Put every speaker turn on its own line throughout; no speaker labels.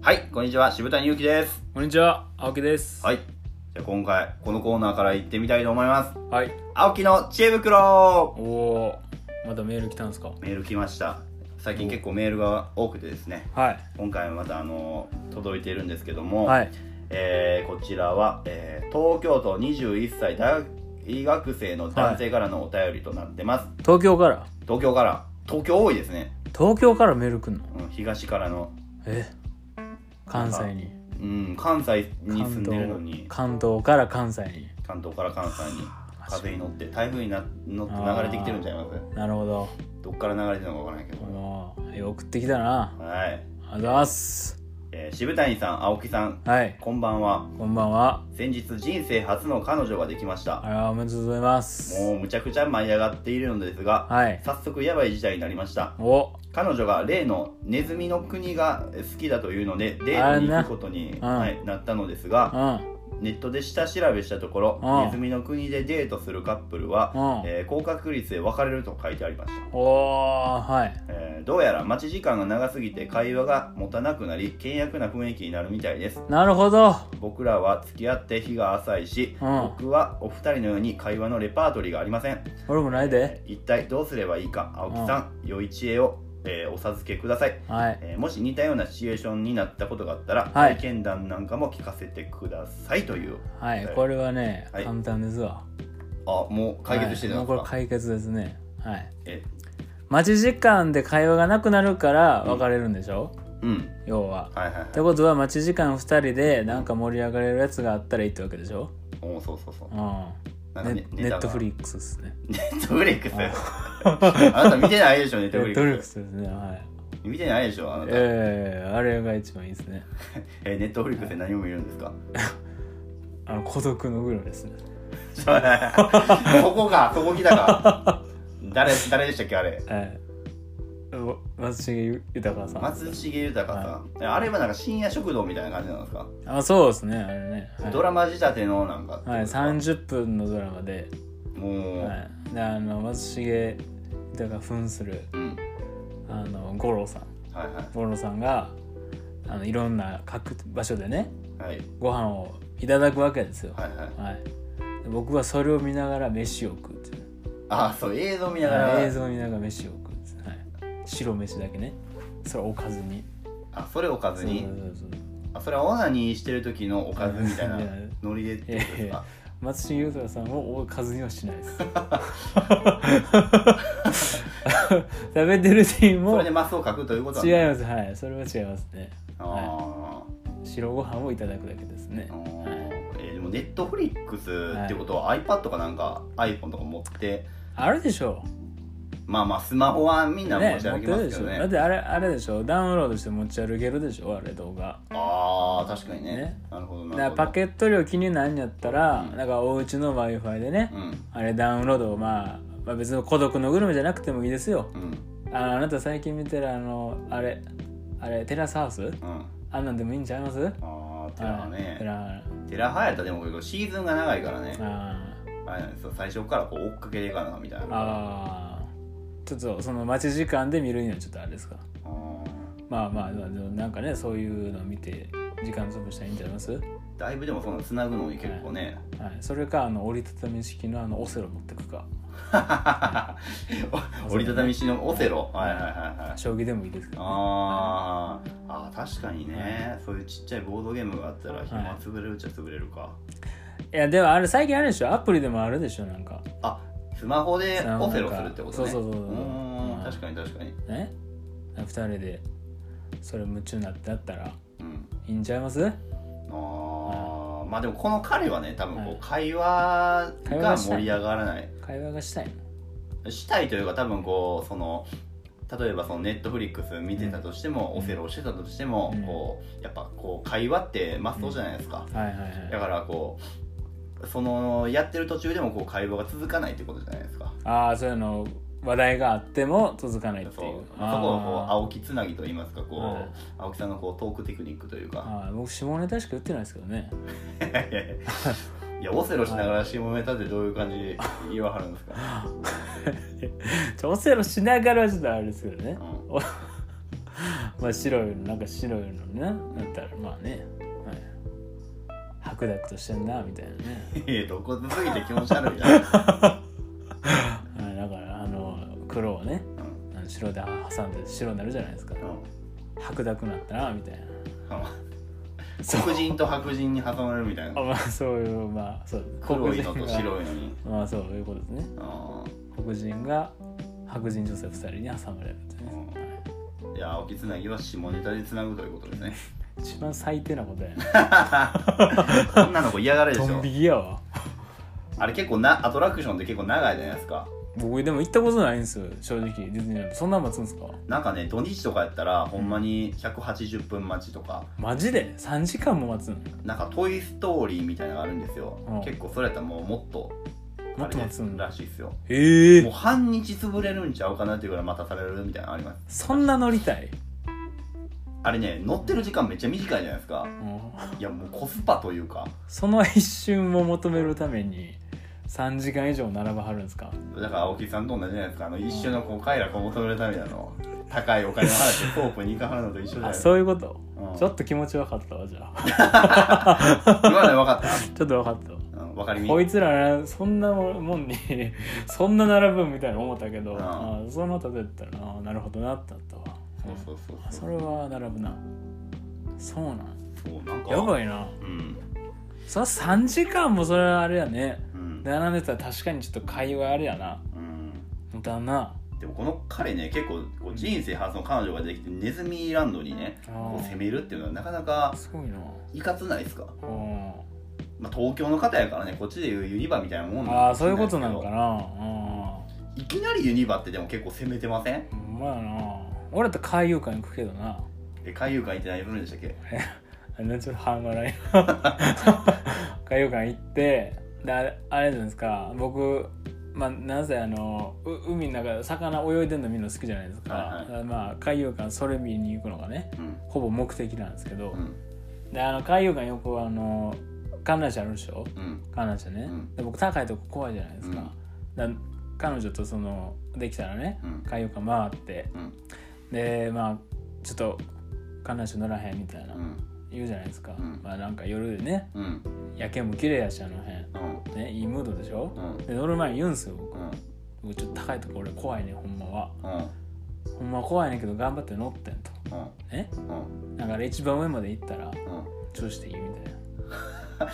はい、こんにちは、渋谷祐樹です。
こんにちは、青木です。
はい。じゃあ今回、このコーナーから行ってみたいと思います。
はい。
青木の知恵袋
おおー、まだメール来たんですか
メール来ました。最近結構メールが多くてですね、
はい。
今回またあの、届いているんですけども、
はい。
えーこちらは、えー東京都21歳大学生の男性からのお便りとなってます。
東京から
東京から、東京多いですね。
東京からメール来んの
うん、東からの、
え関西に。
うん、関西に住んでるのに、
関東から関西に。
関東から関西に風に乗って台風にな乗って流れてきてるんちゃいます
なるほど。
どっから流れてるのかわからないけど、
もう、よく送ってきたな。
はい、
ありがとうございます。
えー渋谷さん青木さん
はい。
こんばんは
こんばんは。
先日人生初の彼女ができました
あら、おめでとうございます。
もうむちゃくちゃ舞い上がっているのですが
はい。
早速やばい事態になりました
お
彼女が例のネズミの国が好きだというのでデートに行くことに、
あれなうん
はいなったのです
う
が
ん。
ネットで下調べしたとこ
う
ろ
ん
ネズミの国でデートするカップルは、
うん
えー高確率で別れると書いてありました
おー、はい。
えーどうやら待ち時間が長すぎて会話が持たなくなり険悪な雰囲気になるみたいです
なるほど。
僕らは付き合って日が浅いし、
うん
僕はお二人のように会話のレパートリーがありません
俺もないで。
一体どうすればいいか青木さん、良い知恵を、えーお授けください、
はい。
えーもし似たようなシチュエーションになったことがあったら、
は
体
い
験談なんかも聞かせてくださいという
はい。これはね、
はい
簡単ですわ。
あもう解決してたんですか、
はいもうこれ解決ですねはい
え
待ち時間で会話がなくなるから別れるんでしょ、
うん
要は
はいはいはい
ってことは待ち時間2人でなんか盛り上がれるやつがあったらいいってわけでしょ
おーそうそうそう
うん
なんか
ネ
ね
ネット フ
リ
リックスですね
ネットフリックスあなた見てないでしょネッ
ネ
トフリック
ッ
ス
トフリックスですねはい
見てないでしょあなた、え
ええあれが一番いいですね
ーネットフリックスで何を見るんですか
あの孤独のグルメですね
そこかそこ来た か誰誰でしたっけあれ
はいわ松重豊さん、
松重豊さん、あれはなんか深夜食堂みたいな感じなんですか、
あそうですねあれねはい
ドラマ仕立てのなんかってこと
はい、
ですか
30分のドラマで,、
もう、
はい、であの松重豊が扮する
うん
あの五郎さん
はいは
五郎さんがあのいろんな各場所でね
いはい
ご飯をいただくわけですよ、
はいはい
はいで僕はそれを見ながら飯を食うっていう
あそう映像見ながら、
はい映像を見ながら飯を食うっていう、はい、白飯だけねそれおかずに
あそれおかずに
そうそうそう
あそれはオナニーしてる時のおかずみたいない
やいや
ノリでってことですか
松重豊さんをおかずにはしないです 食べてるシーン
そ
も
れ
違
で
い
マスを書くということ
ま
は
す
ね
はいそれは違いますね
ああ
白ご飯をいただくだけですね
えーでもネットフリックスってことは iPad かなんか iPhone とか持って
あるでしょう
まあまあスマホはみんな
ね
持ち歩きますけどね
だってあれあれでしょダウンロードして持ち歩けるでしょあれ動画
ああ確かにね
ね
なるほど
だ
な
か
るほ
ら
ど
パケット量気になんやったら、
うん
なんかお家の w i f i でね、
うん
あれダウンロードを、まあ、まあ別に孤独のグルメじゃなくてもいいですよ
うん
ああなた最近見てるあのあれあれテラスハウス
うん
あんなんでもいいんちゃいます
ああテラ
は
はい
テ
ね
ラ
テラはやったらでもシーズンが長いからね
あ
あれなんですよ最初からこう追っかけていかなみたいな
ーあーちょっとその待ち時間で見るにはちょっとあれですか
あー
まあまあまあでもなんかねそういうの見て時間潰したらいいんちゃいます
だいぶでもそのつなぐのに結構ね
はい、それかあの折りたたみ式のあのオセロ持ってくか
折りたたみ式のオセロはいはいはいはい
将棋でもいいですけど、ね、
あーあー確かにねそういうちっちゃいボードゲームがあったら暇潰れるっちゃ潰れるか、
いやでもあれ最近あるでしょアプリでもあるでしょなんか
あスマホでオセロするってことね
そうそうそうそう
ー
うんん
確かに確かに
ね2人でそれ夢中になってやったら
うん
いいんちゃいます
あーまあでもこの彼はね多分こ
は
う
い
会話
会
が
話したい
盛り上がらない
会話がしたいの
したいというか多分こうその例えばそのネットフリックス見てたとしても、
うん
オセロをしてたとしても、
うん
こうやっぱこう会話ってマストじゃないですか、
はいはい
だ
は
か
い
らこうそのやってる途中でもこう会話が続かないってことじゃないですか
ああそういうの話題があっても続かないっていう
そうそこをこう
あー
青木つなぎといいますかこう、
はい
青木さんのこうトークテクニックというか
あー僕下ネタしか言ってないですけどね
いやオセロしながら下ネタってどういう感じ言わはるんですか、
ちょオセロしながらはちょっとあれですけどね
うん
お ままあ白いのなんか白いのねだったらまあね、はい、白濁としてんなみたいなね、
いやどこで過ぎて気持ち悪いな、
はい、だからあの黒をね
うん
あの白で挟んで白になるじゃないですか
うん
白濁になったなみたいなそう
黒人と白人に挟まれるみたい
あ
な
まあそういうまあそう
黒いのと
黒人が
白いのに
まあそういうことですね
あ
黒人が白人女性2人に挟まれるみたいな
う
ね、
ん
はい
ーいや青木つなぎは下ネタでつなぐということですね
一番最低なことやな、
女の子嫌がるでし
ド
ょ
ン引きやわ
あれ結構なアトラクションって結構長いじゃないですか
僕でも行ったことないんですよ正直ディズニーランドそんなん待つんですか
なんかね土日とかやったらほんまに180分待ちとか
マジで3時間も待つの
なんか「トイ・ストーリー」みたいなのがあるんですよ、
うん
結構それやったらもうもっと
もっと待つん
ら
だ
しいですよ
ええ
もう半日潰れるんちゃうかなっていうぐらい待たされるみたいなのあります
そんな乗りたい、
あれね乗ってる時間めっちゃ短いじゃないですか
うん
いやもうコスパというか
その一瞬を求めるために3時間以上並ばはるんですか
だから青木さんと同じじゃないですかあの一緒のこう快楽を求めるためにあの高いお金を払ってソープに行かはるのと一緒じゃない
あ
ですか
そういうこと、
うん
ちょっと気持ち分かったわじゃあ
言わない分かっ
ちょっと分かったわ
た、うん、分かりみ
こいつらなそんなもんに そんな並ぶんみたいな思ったけど、
うん
ああその例えだったらああなるほどなってなったわ
そうそうそう
あ
そ
そうれは並ぶなそうなん
そうなんか
やばいな
うん
その3時間もそれはあれやね
うん、
並んでたら確かにちょっと会話あれやな
うん
だな
でもこの彼ね結構こう人生初の彼女ができてネズミランドにね
あ
こう
ー
攻めるっていうのはなかなか
すごいない
かつないですか、
うん
まあ、東京の方やからねこっちでいうユニバみたいなもん
ああ
か
そういう
も
こ
しれ
と
な
ないの
ですけ
か
ど
なう
いきなりユニバってでも結構攻めてません
んほんまやな俺だって海遊館行くけどな
え海遊館行って何するんでしたっけ
あれちょっと半笑い 海遊館行ってであれあれじゃないですか僕まあ、なぜあのう海の中で魚泳いでるの見るの好きじゃないですか、
はいはい
だからまあ、海遊館それ見に行くのがね
うん
ほぼ目的なんですけど、
うん
であの海遊館よくあの観覧車あるでしょ
うん
観覧車ね、
うん
で僕高いとこ怖いじゃないですか,、だ彼女とそのできたらね
うん
海遊館回って
うん
でまあちょっと観覧車乗らへんみたいな、
うん
言うじゃないですか、
うん
まあなんか夜でね
うん
夜景も綺麗やしあの
うん
辺ねいいムードでしょ
う、ん
で乗る前に言うんすよ僕
うん
僕ちょっと高いとこ俺怖いねほんまは
うん
ほんまは怖いねんけど頑張って乗ってんと
うん
ね
うん
だから一番上まで行ったら
うん
調子でいいみた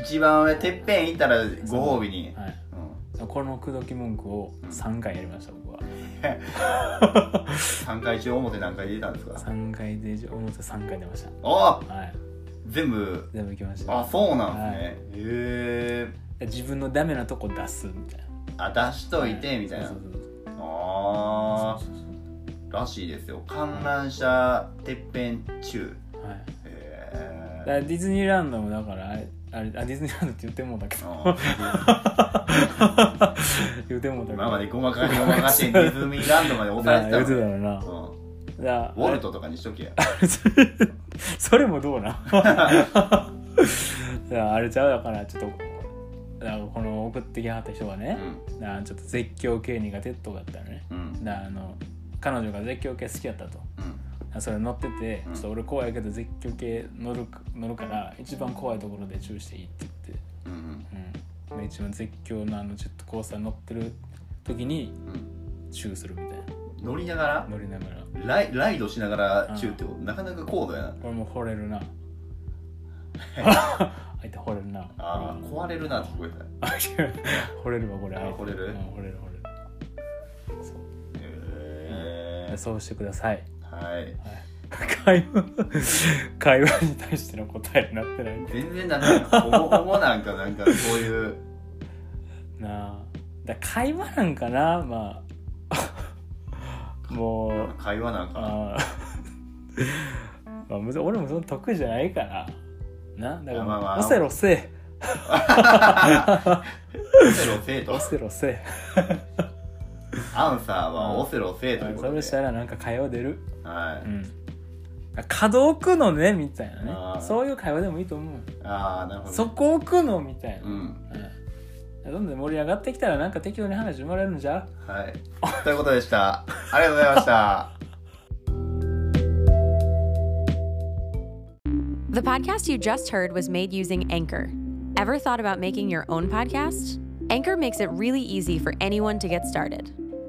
い
一番上てっぺん行ったらご褒美に
な、はい、
うん
この口説き文句を3回やりました僕は
3回中表何回出たんですか
3回で表3回出まし
あ
たはい
全部
全部行きました
あそうなんですねへえ
自分のダメなとこ出すみたいな
あ出しといてみたいな
そうそうそう
あーらしいですよ観覧車てっぺん中
そうはい
へえ
だか らディズニーランドもだからあれあれあディズニーランドって言ってもうたけど言ってもうたけど
今までごまかしごまかしてディズニーランドまで押
な
さ
あ
れ
言って
て
た
た
よなだか
のうん
ら
ウォルトとかにしとけや
それもどう なだからあれちゃうだからちょっとだからこの送ってきはった人がね、だからちょっと絶叫系苦手とかだったらね
うんうん
だからあの彼女が絶叫系好きだったと
うん
あそれ乗ってて、
うん
ちょっと俺怖いけど絶叫系乗る乗るから一番怖いところで注意していいって
うん
言って、うん、で一番絶叫のあのジェットコースター乗ってる時に
うん
チューするみたい
乗りながら
な乗りながらこ
ライライドしながら中ってことなかなか高度やな
れも惚れ るな相手惚れるな
あー壊れるなって聞こえた
あ違う惚れるわこれ
あ惚れる
うん惚れる惚れる
へえ
そうしてください、
はい
はい、会話会話に対しての答えになってないんで
全然なんかほぼ ほぼなんかなんかそういう
なあだから会話なんかなまあ もう
会話なんか
あー まあむず俺もその得意じゃないからなだから、
まあまあ
オセロせえ
オセロ生
オ
徒
セロせえ
アンサーはオセロ生徒というこ
そ
と
れ
で
したらなんか会話出る
は
う
い
ん角置くのねみたいな
あー
ねそういう会話でもいいと思う
ああなるほど
そこ置くのみたいな、
う
うん
ん
どんどん盛り上がってきたらなんか適当に話生まれるんじゃう
はいということでしたありがとうございました
The podcast you just heard was made using Anchor. Ever thought about making your own podcast? Anchor makes it really easy for anyone to get started.